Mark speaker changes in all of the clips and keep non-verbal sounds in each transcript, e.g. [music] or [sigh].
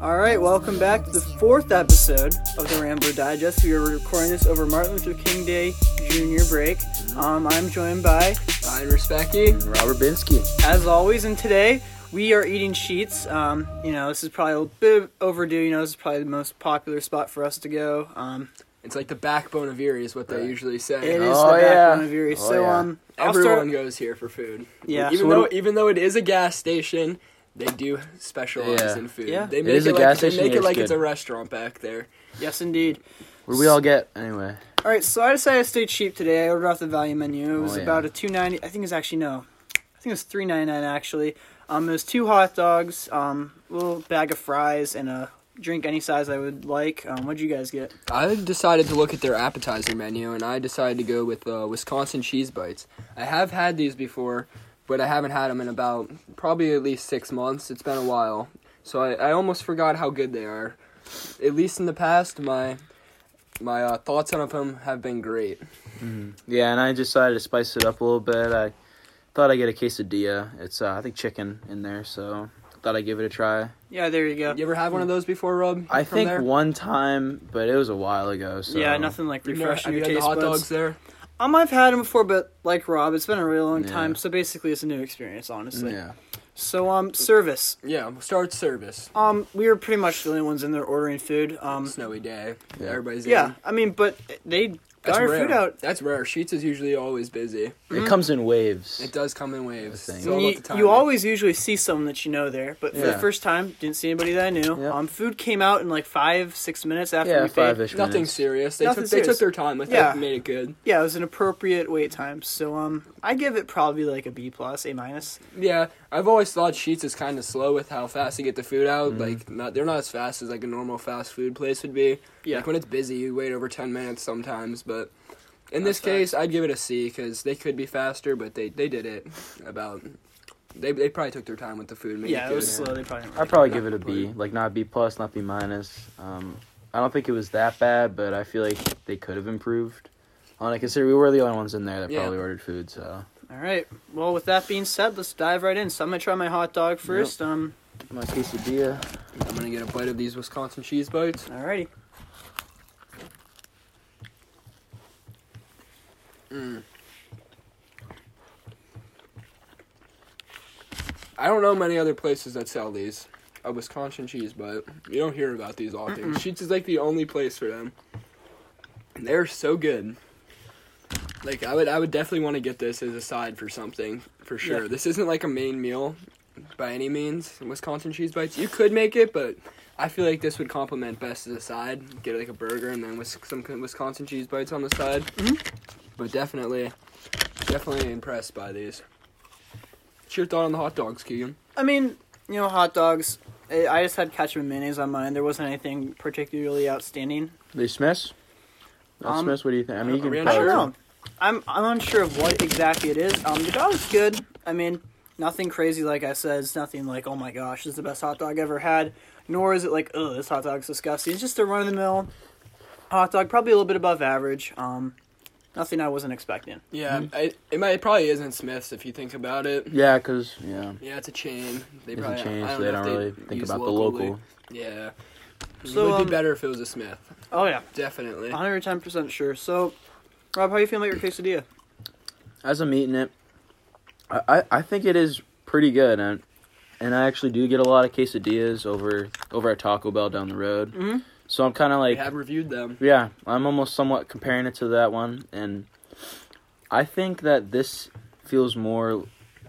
Speaker 1: All right, welcome back to the fourth episode of the Rambler Digest. We are recording this over Martin Luther King Day Junior break. Um, I'm joined by
Speaker 2: Ryan Respecki.
Speaker 3: And Robert Binsky.
Speaker 1: as always, and today we are eating sheets. Um, you know, this is probably a bit overdue. You know, this is probably the most popular spot for us to go. Um,
Speaker 2: It's like the backbone of Erie is what they
Speaker 3: Right.
Speaker 2: usually
Speaker 1: it is
Speaker 2: say.
Speaker 3: Oh,
Speaker 1: the backbone
Speaker 3: yeah.
Speaker 1: of Erie.
Speaker 3: Oh,
Speaker 1: so,
Speaker 3: yeah.
Speaker 1: um, I'll
Speaker 2: Everyone
Speaker 1: start-
Speaker 2: goes here for food.
Speaker 1: Yeah.
Speaker 2: Even
Speaker 3: So what
Speaker 2: though
Speaker 3: do-
Speaker 2: even though it is a gas station, they do specialize
Speaker 3: Yeah.
Speaker 2: in food.
Speaker 1: Yeah.
Speaker 2: They
Speaker 3: It
Speaker 2: make
Speaker 3: is a
Speaker 2: like,
Speaker 3: gas
Speaker 2: they
Speaker 3: station
Speaker 2: make
Speaker 3: here,
Speaker 2: it
Speaker 3: it's
Speaker 2: like it's
Speaker 3: good.
Speaker 2: a restaurant back there.
Speaker 1: yes, indeed.
Speaker 3: What do we all get anyway?
Speaker 1: All right, so I decided to stay cheap today. I ordered off the value menu. It was
Speaker 3: Oh, yeah.
Speaker 1: about a two ninety. I think it's actually no, I think it was three ninety nine actually. Um, it was two hot dogs, um, a little bag of fries, and a drink any size I would like. Um, what'd you guys get?
Speaker 2: I decided to look at their appetizer menu, and I decided to go with uh, Wisconsin cheese bites. I have had these before, but I haven't had them in about probably at least six months. It's been a while, so I, I almost forgot how good they are. At least in the past, my my uh, thoughts on them have been great.
Speaker 3: Yeah, and I decided to spice it up a little bit. I thought I'd get a quesadilla. It's, uh, I think, chicken in there, so thought I'd give it a try.
Speaker 1: Yeah, there you go.
Speaker 2: You ever had one of those before, Rob?
Speaker 3: I
Speaker 2: from
Speaker 3: think
Speaker 2: there?
Speaker 3: one time, but it was a while ago, so.
Speaker 1: yeah, nothing like
Speaker 2: You know, have
Speaker 1: refreshing
Speaker 2: you
Speaker 1: your
Speaker 2: had the
Speaker 1: taste
Speaker 2: hot
Speaker 1: buds.
Speaker 2: dogs there?
Speaker 1: Um, I've had them before, but like Rob, it's been a really long
Speaker 3: Yeah.
Speaker 1: time. So basically, it's a new experience, honestly.
Speaker 3: Yeah.
Speaker 1: So um, service.
Speaker 2: Yeah, we'll start service.
Speaker 1: Um, we were pretty much the only ones in there ordering food. Um,
Speaker 2: Snowy day.
Speaker 3: Yeah.
Speaker 2: Everybody's
Speaker 1: yeah,
Speaker 2: in.
Speaker 1: I mean, but they got
Speaker 2: That's
Speaker 1: our
Speaker 2: rare.
Speaker 1: food out
Speaker 2: That's rare. Sheets is usually always busy.
Speaker 3: It comes in waves.
Speaker 2: Mm-hmm. It does come in waves.
Speaker 3: The thing.
Speaker 2: It's all about
Speaker 1: you,
Speaker 2: the timing.
Speaker 1: you always usually see someone that you know there, but for the
Speaker 3: Yeah.
Speaker 1: first time, didn't see anybody that I knew.
Speaker 3: Yep.
Speaker 1: Um, food came out in like five, six minutes after
Speaker 3: yeah,
Speaker 1: we paid.
Speaker 3: five ish
Speaker 2: Nothing serious. They,
Speaker 1: Nothing
Speaker 2: took,
Speaker 1: serious.
Speaker 2: they took their time with
Speaker 1: Yeah.
Speaker 2: it, made it good.
Speaker 1: Yeah, it was an appropriate wait time. So um, I give it probably like a B plus, A minus.
Speaker 2: Yeah, I've always thought Sheets is kind of slow with how fast they get the food out. Like, not they're not as fast as like a normal fast food place would be.
Speaker 1: Yeah.
Speaker 2: Like when it's busy, you wait over ten minutes sometimes. But in this
Speaker 1: That's
Speaker 2: case, I'd give it a C because they could be faster, but they they did it about. They, they probably took their time with the food. Made
Speaker 1: yeah, it was
Speaker 2: good.
Speaker 1: slow. They probably didn't
Speaker 3: I'd
Speaker 1: really-
Speaker 3: probably give it a B. Like, not B plus, not B minus. Um, I don't think it was that bad, but I feel like they could have improved. On I consider we were the only ones in there that
Speaker 2: Yeah.
Speaker 3: probably ordered food, so.
Speaker 1: All right. Well, with that being said, let's dive right in. So I'm gonna try my hot dog first. Um,
Speaker 3: My quesadilla.
Speaker 2: I'm gonna get a bite of these Wisconsin cheese bites.
Speaker 1: alrighty.
Speaker 2: I don't know many other places that sell these. A Wisconsin cheese, but you don't hear about these often. Sheets is like the only place for them. And They're so good. Like I would, I would definitely want to get this as a side for something for sure.
Speaker 1: Yeah.
Speaker 2: This isn't like a main meal by any means. Wisconsin cheese bites, you could make it, but I feel like this would complement best as a side. Get like a burger and then with some Wisconsin cheese bites on the side. But definitely, definitely impressed by these. What's your thought on the hot dogs, Keegan?
Speaker 1: I mean, you know, hot dogs. eh, I I just had ketchup and mayonnaise on mine. There wasn't anything particularly outstanding.
Speaker 3: They smash? Not
Speaker 1: Um,
Speaker 3: smash, what do you think? I mean, you
Speaker 2: are
Speaker 3: can
Speaker 2: we
Speaker 1: I don't
Speaker 2: Sure.
Speaker 1: know. I'm I'm unsure of what exactly it is. Um, the dog's good. I mean, nothing crazy. Like I said, it's nothing like oh my gosh, this is the best hot dog I ever had. Nor is it like oh this hot dog's disgusting. It's just a run of the mill hot dog, probably a little bit above average. Um, nothing I wasn't expecting.
Speaker 2: Yeah,
Speaker 3: Mm-hmm.
Speaker 2: I, it might it probably isn't Smith's if you think about it.
Speaker 3: Yeah, because, yeah.
Speaker 2: Yeah, it's a chain. They
Speaker 3: It's
Speaker 2: probably
Speaker 3: a change,
Speaker 2: I
Speaker 3: so
Speaker 2: know
Speaker 3: they don't
Speaker 2: if
Speaker 3: really think
Speaker 2: use
Speaker 3: about the
Speaker 2: locally.
Speaker 3: local.
Speaker 2: Yeah,
Speaker 1: So,
Speaker 2: it would
Speaker 1: um,
Speaker 2: be better if it was a Smith.
Speaker 1: Oh yeah,
Speaker 2: Definitely.
Speaker 1: 110 percent sure. So, Rob, how you feeling about your quesadilla?
Speaker 3: As I'm eating it, I, I, I think it is pretty good, and and I actually do get a lot of quesadillas over over at Taco Bell down the road.
Speaker 1: Mhm.
Speaker 3: So I'm kind of
Speaker 2: We
Speaker 3: like,
Speaker 2: have reviewed them.
Speaker 3: yeah, I'm almost somewhat comparing it to that one, and I think that this feels more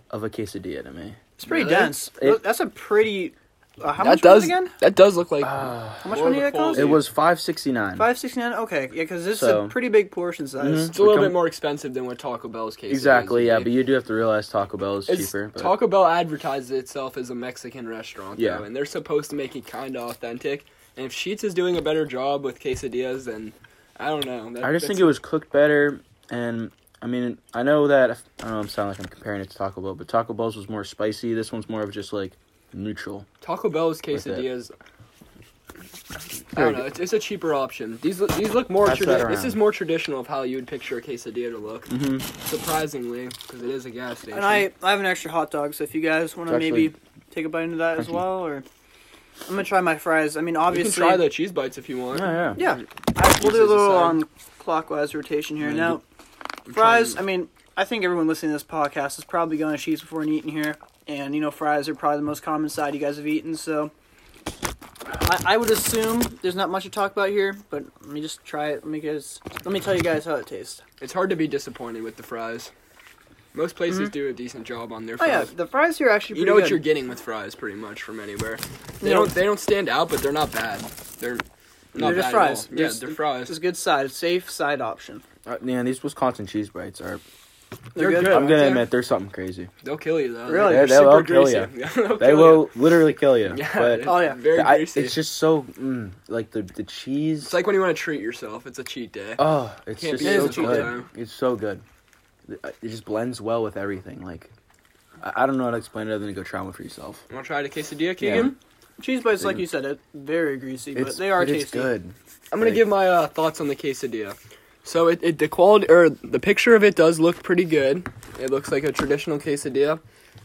Speaker 3: of a quesadilla to me.
Speaker 1: It's pretty
Speaker 2: Really?
Speaker 1: dense.
Speaker 3: It-
Speaker 1: That's a pretty. Uh, how
Speaker 2: that
Speaker 1: much
Speaker 2: does
Speaker 1: was it again?
Speaker 2: that does look like
Speaker 3: Uh,
Speaker 1: How much
Speaker 2: more
Speaker 1: money
Speaker 2: of a
Speaker 1: did that cost?
Speaker 2: full-
Speaker 3: It was five sixty nine.
Speaker 1: Five sixty nine. Okay, yeah, because this is
Speaker 3: So-
Speaker 1: a pretty big portion size.
Speaker 3: Mhm.
Speaker 2: it's a little
Speaker 3: become-
Speaker 2: bit more expensive than what Taco Bell's case.
Speaker 3: Exactly, yeah, but you do have to realize Taco Bell is cheaper. But,
Speaker 2: Taco Bell advertises itself as a Mexican restaurant,
Speaker 3: Yeah.
Speaker 2: though, and they're supposed to make it kind of authentic. And if Sheets is doing a better job with quesadillas, then I don't know. That-
Speaker 3: I just
Speaker 2: that's-
Speaker 3: think it was cooked better, and I mean, I know that I don't know. I'm sounding like I'm comparing it to Taco Bell, but Taco Bell's was more spicy. This one's more of just like neutral.
Speaker 2: Taco Bell's
Speaker 3: With it.
Speaker 2: quesadillas. I don't know. It's, it's a cheaper option. These look, these look more.
Speaker 3: Pass that
Speaker 2: Tradi- this
Speaker 3: around.
Speaker 2: is more traditional of how you would picture a quesadilla to look.
Speaker 3: Mm-hmm.
Speaker 2: Surprisingly, because it is a gas station.
Speaker 1: And I, I have an extra hot dog, so if you guys want to
Speaker 3: It's actually-
Speaker 1: maybe take a bite into that as
Speaker 3: Thank you.
Speaker 1: well, or I'm gonna try my fries. I mean,
Speaker 2: You can
Speaker 1: obviously,
Speaker 2: try the cheese bites if you want.
Speaker 3: Yeah, yeah.
Speaker 1: yeah. I, we'll do a
Speaker 2: Pieces
Speaker 1: little
Speaker 2: aside.
Speaker 1: um, clockwise rotation here.
Speaker 2: Yeah,
Speaker 1: Now,
Speaker 2: I'm
Speaker 1: fries. I
Speaker 2: trying-
Speaker 1: mean, I think everyone listening to this podcast is probably going to cheese before and eating here, and you know, fries are probably the most common side you guys have eaten. So, I, I would assume there's not much to talk about here, but let me just try it. Let me guys, let me tell you guys how it tastes.
Speaker 2: It's hard to be disappointed with the fries. Most places do a decent job on their
Speaker 1: Mm-hmm. Oh yeah,
Speaker 2: fries.
Speaker 1: the fries here are actually
Speaker 2: You
Speaker 1: pretty
Speaker 2: know what
Speaker 1: good.
Speaker 2: you're getting with fries pretty much from anywhere. They
Speaker 1: No.
Speaker 2: don't they don't stand out, but they're not bad. They're not
Speaker 1: They're just
Speaker 2: bad at all.
Speaker 1: fries.
Speaker 2: Yeah,
Speaker 1: Just-
Speaker 2: they're
Speaker 1: This is
Speaker 2: fries.
Speaker 1: good side, safe side option.
Speaker 3: Uh, man, these Wisconsin cheese bites are.
Speaker 1: They're,
Speaker 2: They're
Speaker 1: good.
Speaker 2: good.
Speaker 3: I'm gonna
Speaker 2: They're-
Speaker 3: admit, they're something crazy.
Speaker 2: They'll kill you though.
Speaker 1: Really?
Speaker 2: They're
Speaker 3: They- they'll
Speaker 2: super
Speaker 3: kill
Speaker 2: greasy.
Speaker 3: ya.
Speaker 2: Yeah, [laughs] they'll
Speaker 3: They
Speaker 2: kill ya.
Speaker 3: will literally kill you.
Speaker 2: Yeah.
Speaker 3: [laughs] but
Speaker 2: it's
Speaker 1: Oh, yeah.
Speaker 2: Very
Speaker 3: I-
Speaker 2: greasy.
Speaker 3: it's just so mm, like the the cheese.
Speaker 2: It's like when you want to treat yourself. It's a cheat day.
Speaker 3: Oh, it's
Speaker 2: Can't
Speaker 3: just
Speaker 1: beat
Speaker 3: so
Speaker 1: it all the
Speaker 3: good.
Speaker 2: time.
Speaker 3: It's so good. It it just blends well with everything. Like, I I don't know how to explain it other than go try one for yourself.
Speaker 2: Want to try the quesadilla, Keegan?
Speaker 1: Cheese bites, like
Speaker 3: Mm.
Speaker 1: you said, it very greasy, but
Speaker 3: It's,
Speaker 1: they are
Speaker 3: but
Speaker 1: tasty.
Speaker 3: It's good.
Speaker 2: I'm gonna
Speaker 3: Like-
Speaker 2: give my uh, thoughts on the quesadilla. So it, it the quality or the picture of it does look pretty good. It looks like a traditional quesadilla.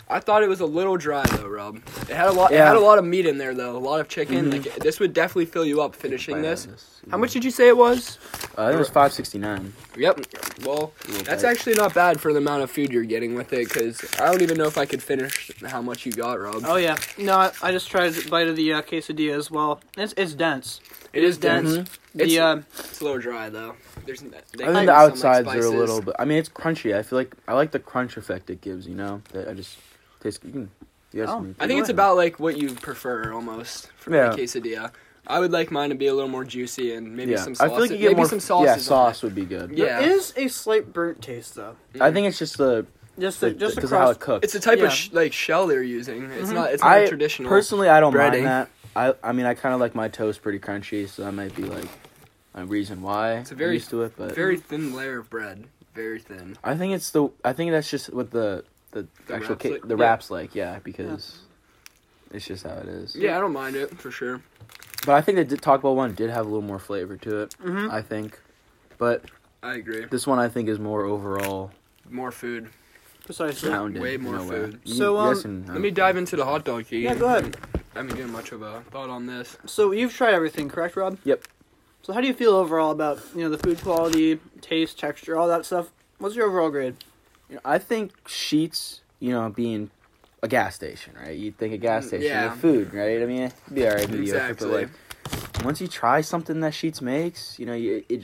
Speaker 2: I thought it was a little dry though, Rob. It had a lot. It
Speaker 3: Yeah. Mm-hmm.
Speaker 2: had a lot of meat in there though. A lot of chicken. Like this would definitely fill you up finishing
Speaker 3: Bite
Speaker 2: this.
Speaker 3: out of this.
Speaker 2: How much did you say it was?
Speaker 3: Uh, I think it was five sixty nine.
Speaker 2: Yep. Well, that's
Speaker 3: bite.
Speaker 2: actually not bad for the amount of food you're getting with it, because I don't even know if I could finish how much you got, Rob.
Speaker 1: Oh yeah, no, I, I just tried a bite of the uh, quesadilla as well. It's it's dense.
Speaker 2: it is dense.
Speaker 1: dense.
Speaker 2: It's-
Speaker 1: The uh,
Speaker 2: It's a little dry though. There's. They
Speaker 3: Mm-hmm. I
Speaker 2: give you
Speaker 3: think the
Speaker 2: some, like,
Speaker 3: outsides are a
Speaker 2: spices.
Speaker 3: little bit. I mean, it's crunchy. I feel like I like the crunch effect it gives. You know, that I just taste. You can, you guys
Speaker 1: Oh,
Speaker 3: can-
Speaker 2: I think it's about like what you prefer almost for
Speaker 3: Yeah.
Speaker 2: a quesadilla. I would like mine to be a little more juicy and maybe
Speaker 3: yeah.
Speaker 2: some
Speaker 3: I
Speaker 2: sauce.
Speaker 3: feel like you get
Speaker 2: maybe
Speaker 3: more.
Speaker 2: some sauces.
Speaker 3: yeah,
Speaker 2: on it.
Speaker 3: sauce would be good.
Speaker 2: Yeah.
Speaker 1: there is a slight burnt taste though.
Speaker 3: I think it's just the
Speaker 1: Just the,
Speaker 3: the-
Speaker 1: just the
Speaker 3: because of how
Speaker 1: crust.
Speaker 3: it cooks.
Speaker 2: Mm-hmm. It's the type
Speaker 1: Yeah.
Speaker 2: of sh- like shell they're using. It's not. It's not
Speaker 3: Mm-hmm. I
Speaker 2: a traditional.
Speaker 3: personally, I don't
Speaker 2: breading.
Speaker 3: mind that. I, I mean, I kind of like my toast pretty crunchy, so that might be like a reason why
Speaker 2: It's a very-
Speaker 3: I'm used to it. But
Speaker 2: very thin layer of bread. Very thin.
Speaker 3: I think it's the I think that's just what the the,
Speaker 2: The
Speaker 3: actual
Speaker 2: wraps
Speaker 3: ca-
Speaker 2: like-
Speaker 3: the
Speaker 2: yeah.
Speaker 3: wraps like yeah because it's just how it is.
Speaker 2: Yeah, I don't mind it for sure.
Speaker 3: but I think the did- Taco Bell one did have a little more flavor to it.
Speaker 1: Mhm.
Speaker 3: I think, but
Speaker 2: I agree.
Speaker 3: this one I think is more overall
Speaker 2: More food.
Speaker 1: Precisely.
Speaker 3: rounded.
Speaker 2: Way
Speaker 3: in
Speaker 2: more
Speaker 3: a way.
Speaker 2: food.
Speaker 3: You-
Speaker 1: So,
Speaker 3: you guys
Speaker 1: um,
Speaker 3: can-
Speaker 2: Let me dive into the hot dog.
Speaker 1: Yeah, go ahead.
Speaker 2: I haven't given much of a thought on this.
Speaker 1: So you've tried everything, correct, Rob?
Speaker 3: Yep.
Speaker 1: So how do you feel overall about you know the food quality, taste, texture, all that stuff? What's your overall grade?
Speaker 3: You know, I think sheets, you know, being a gas station, right? You'd think a gas
Speaker 2: Mm,
Speaker 3: station
Speaker 2: yeah.
Speaker 3: with food, right? I mean, it'd be all right, mediocre,
Speaker 2: Exactly.
Speaker 3: but like once you try something that Sheets makes, you know, you, it,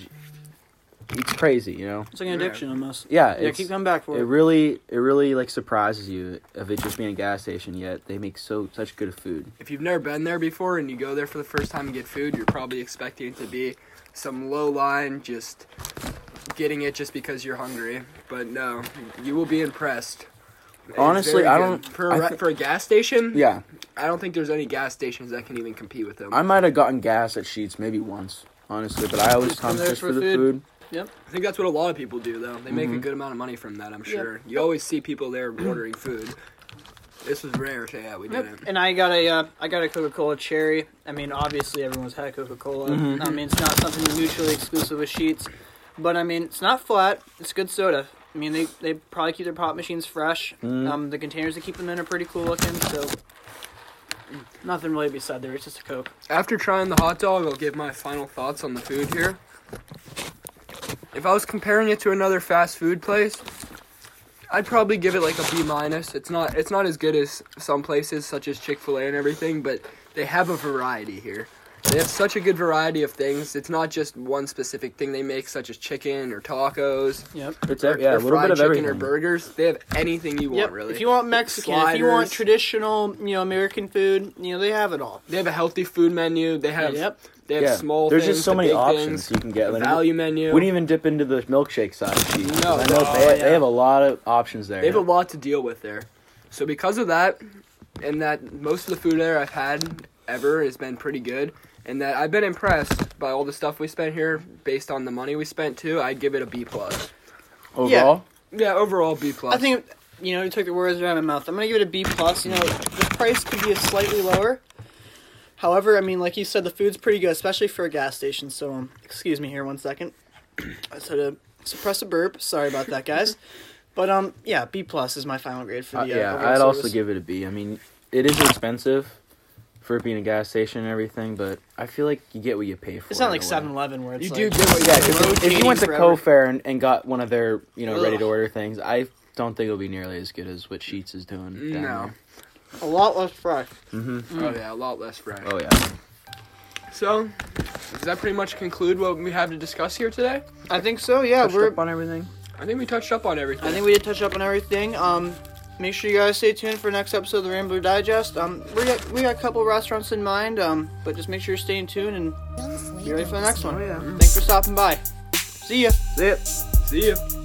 Speaker 3: it's crazy, you know.
Speaker 1: It's like an
Speaker 2: Yeah.
Speaker 1: addiction almost.
Speaker 3: Yeah,
Speaker 1: Yeah,
Speaker 3: it's,
Speaker 1: keep coming back
Speaker 3: it
Speaker 1: for it.
Speaker 3: really, it really like surprises you of it just being a gas station. Yet they make so such good food.
Speaker 2: if you've never been there before and you go there for the first time and get food, you're probably expecting it to be some low line, just getting it just because you're hungry. But no, you will be impressed. It's
Speaker 3: Honestly,
Speaker 2: very
Speaker 3: I
Speaker 2: good.
Speaker 3: don't-
Speaker 2: For a,
Speaker 3: I
Speaker 2: re-
Speaker 3: thi-
Speaker 2: for a gas station,
Speaker 3: Yeah,
Speaker 2: I don't think there's any gas stations that can even compete with them.
Speaker 3: I
Speaker 2: i
Speaker 3: might have gotten gas at Sheets maybe once, honestly, but I always
Speaker 1: Just come
Speaker 3: come
Speaker 1: there
Speaker 3: just
Speaker 1: for
Speaker 3: for the
Speaker 1: food.
Speaker 3: food.
Speaker 2: think that's what a lot of people do, though. They make a
Speaker 3: Mhm.
Speaker 2: good amount of money from that, I'm
Speaker 1: Yeah.
Speaker 2: sure. You always see people there ordering food. This was rare, so yeah, we
Speaker 1: Yep.
Speaker 2: didn't.
Speaker 1: And I got a uh, I got a Coca Cola cherry. I mean, obviously everyone's had Coca Cola.
Speaker 3: Mhm.
Speaker 1: I mean, it's not something mutually exclusive with Sheets, but I mean, it's not flat. It's good soda. I mean, they, they probably keep their pop machines fresh.
Speaker 3: Mm.
Speaker 1: Um, the containers they keep them in are pretty cool looking. So nothing really to be said there. It's just a Coke.
Speaker 2: After trying the hot dog, I'll give my final thoughts on the food here. If I was comparing it to another fast food place, I'd probably give it like a B minus. It's not it's not as good as some places such as Chick-fil-A and everything, but they have a variety here. They have such a good variety of things. It's not just one specific thing they make such as chicken or tacos
Speaker 1: Yep.
Speaker 3: It's
Speaker 2: or,
Speaker 3: a, yeah,
Speaker 2: or
Speaker 3: a little
Speaker 2: fried
Speaker 3: bit of
Speaker 2: chicken
Speaker 3: everything.
Speaker 2: or burgers. They have anything you want
Speaker 1: Yep.
Speaker 2: really.
Speaker 1: If you want Mexican, if you want
Speaker 2: Sliders.
Speaker 1: traditional, you know, American food, you know, they have it all.
Speaker 2: they have a healthy food menu. They have
Speaker 1: Yep.
Speaker 2: they have small
Speaker 3: There's
Speaker 2: things,
Speaker 3: just so
Speaker 2: the
Speaker 3: many
Speaker 2: big
Speaker 3: options
Speaker 2: things,
Speaker 3: you can get.
Speaker 2: the
Speaker 3: Like,
Speaker 2: value menu.
Speaker 3: We didn't even dip into the milkshake side. of cheese.
Speaker 2: No.
Speaker 3: I know
Speaker 2: Oh,
Speaker 3: they,
Speaker 1: yeah.
Speaker 3: they have a lot of options there.
Speaker 2: They have a lot to deal with there. So because of that, and that most of the food there I've had ever has been pretty good, and that I've been impressed by all the stuff we spent here based on the money we spent too. I'd give it a B plus.
Speaker 3: Overall,
Speaker 2: Yeah, overall B plus.
Speaker 1: I think you know you took the words out of my mouth. I'm gonna give it a B plus. You know the price could be a slightly lower. However, I mean, like you said, the food's pretty good, especially for a gas station. So, um, excuse me here one second. I said to suppress a burp. Sorry about that,
Speaker 3: [laughs]
Speaker 1: guys. But um, yeah, B plus is my final grade for the.
Speaker 3: Uh,
Speaker 1: Uh,
Speaker 3: yeah,
Speaker 1: overall
Speaker 3: I'd also
Speaker 1: service.
Speaker 3: give it a B. I mean, it is expensive for it being a gas station and everything, but I feel like you get what you pay for.
Speaker 1: It's not
Speaker 3: in
Speaker 1: like
Speaker 3: a way.
Speaker 1: 7 Eleven where it's
Speaker 2: You
Speaker 1: like,
Speaker 2: do get what- yeah, if you-
Speaker 3: If you went
Speaker 1: rotating
Speaker 3: to
Speaker 1: forever.
Speaker 3: Co Fair and, and got one of their you know
Speaker 1: Ugh.
Speaker 3: ready to order things, I don't think it'll be nearly as good as what Sheets is doing. Down
Speaker 2: No.
Speaker 1: a lot less fresh.
Speaker 3: There. hmm
Speaker 2: Oh yeah, a lot less fried.
Speaker 3: Oh yeah.
Speaker 2: So, does that pretty much conclude what we have to discuss here today?
Speaker 1: I think so. Yeah,
Speaker 3: Touched
Speaker 1: we're
Speaker 3: up on everything.
Speaker 2: I think we touched up on everything.
Speaker 1: I think we did touch up on everything. Um, make sure you guys stay tuned for next episode of the Rambler Digest. Um, we got we got a couple restaurants in mind. Um, but just make sure you're staying tuned and
Speaker 4: Don't sleep
Speaker 1: be ready for the
Speaker 4: on
Speaker 1: next
Speaker 4: us.
Speaker 1: one.
Speaker 2: yeah.
Speaker 1: Thanks for stopping by. See ya.
Speaker 2: See ya.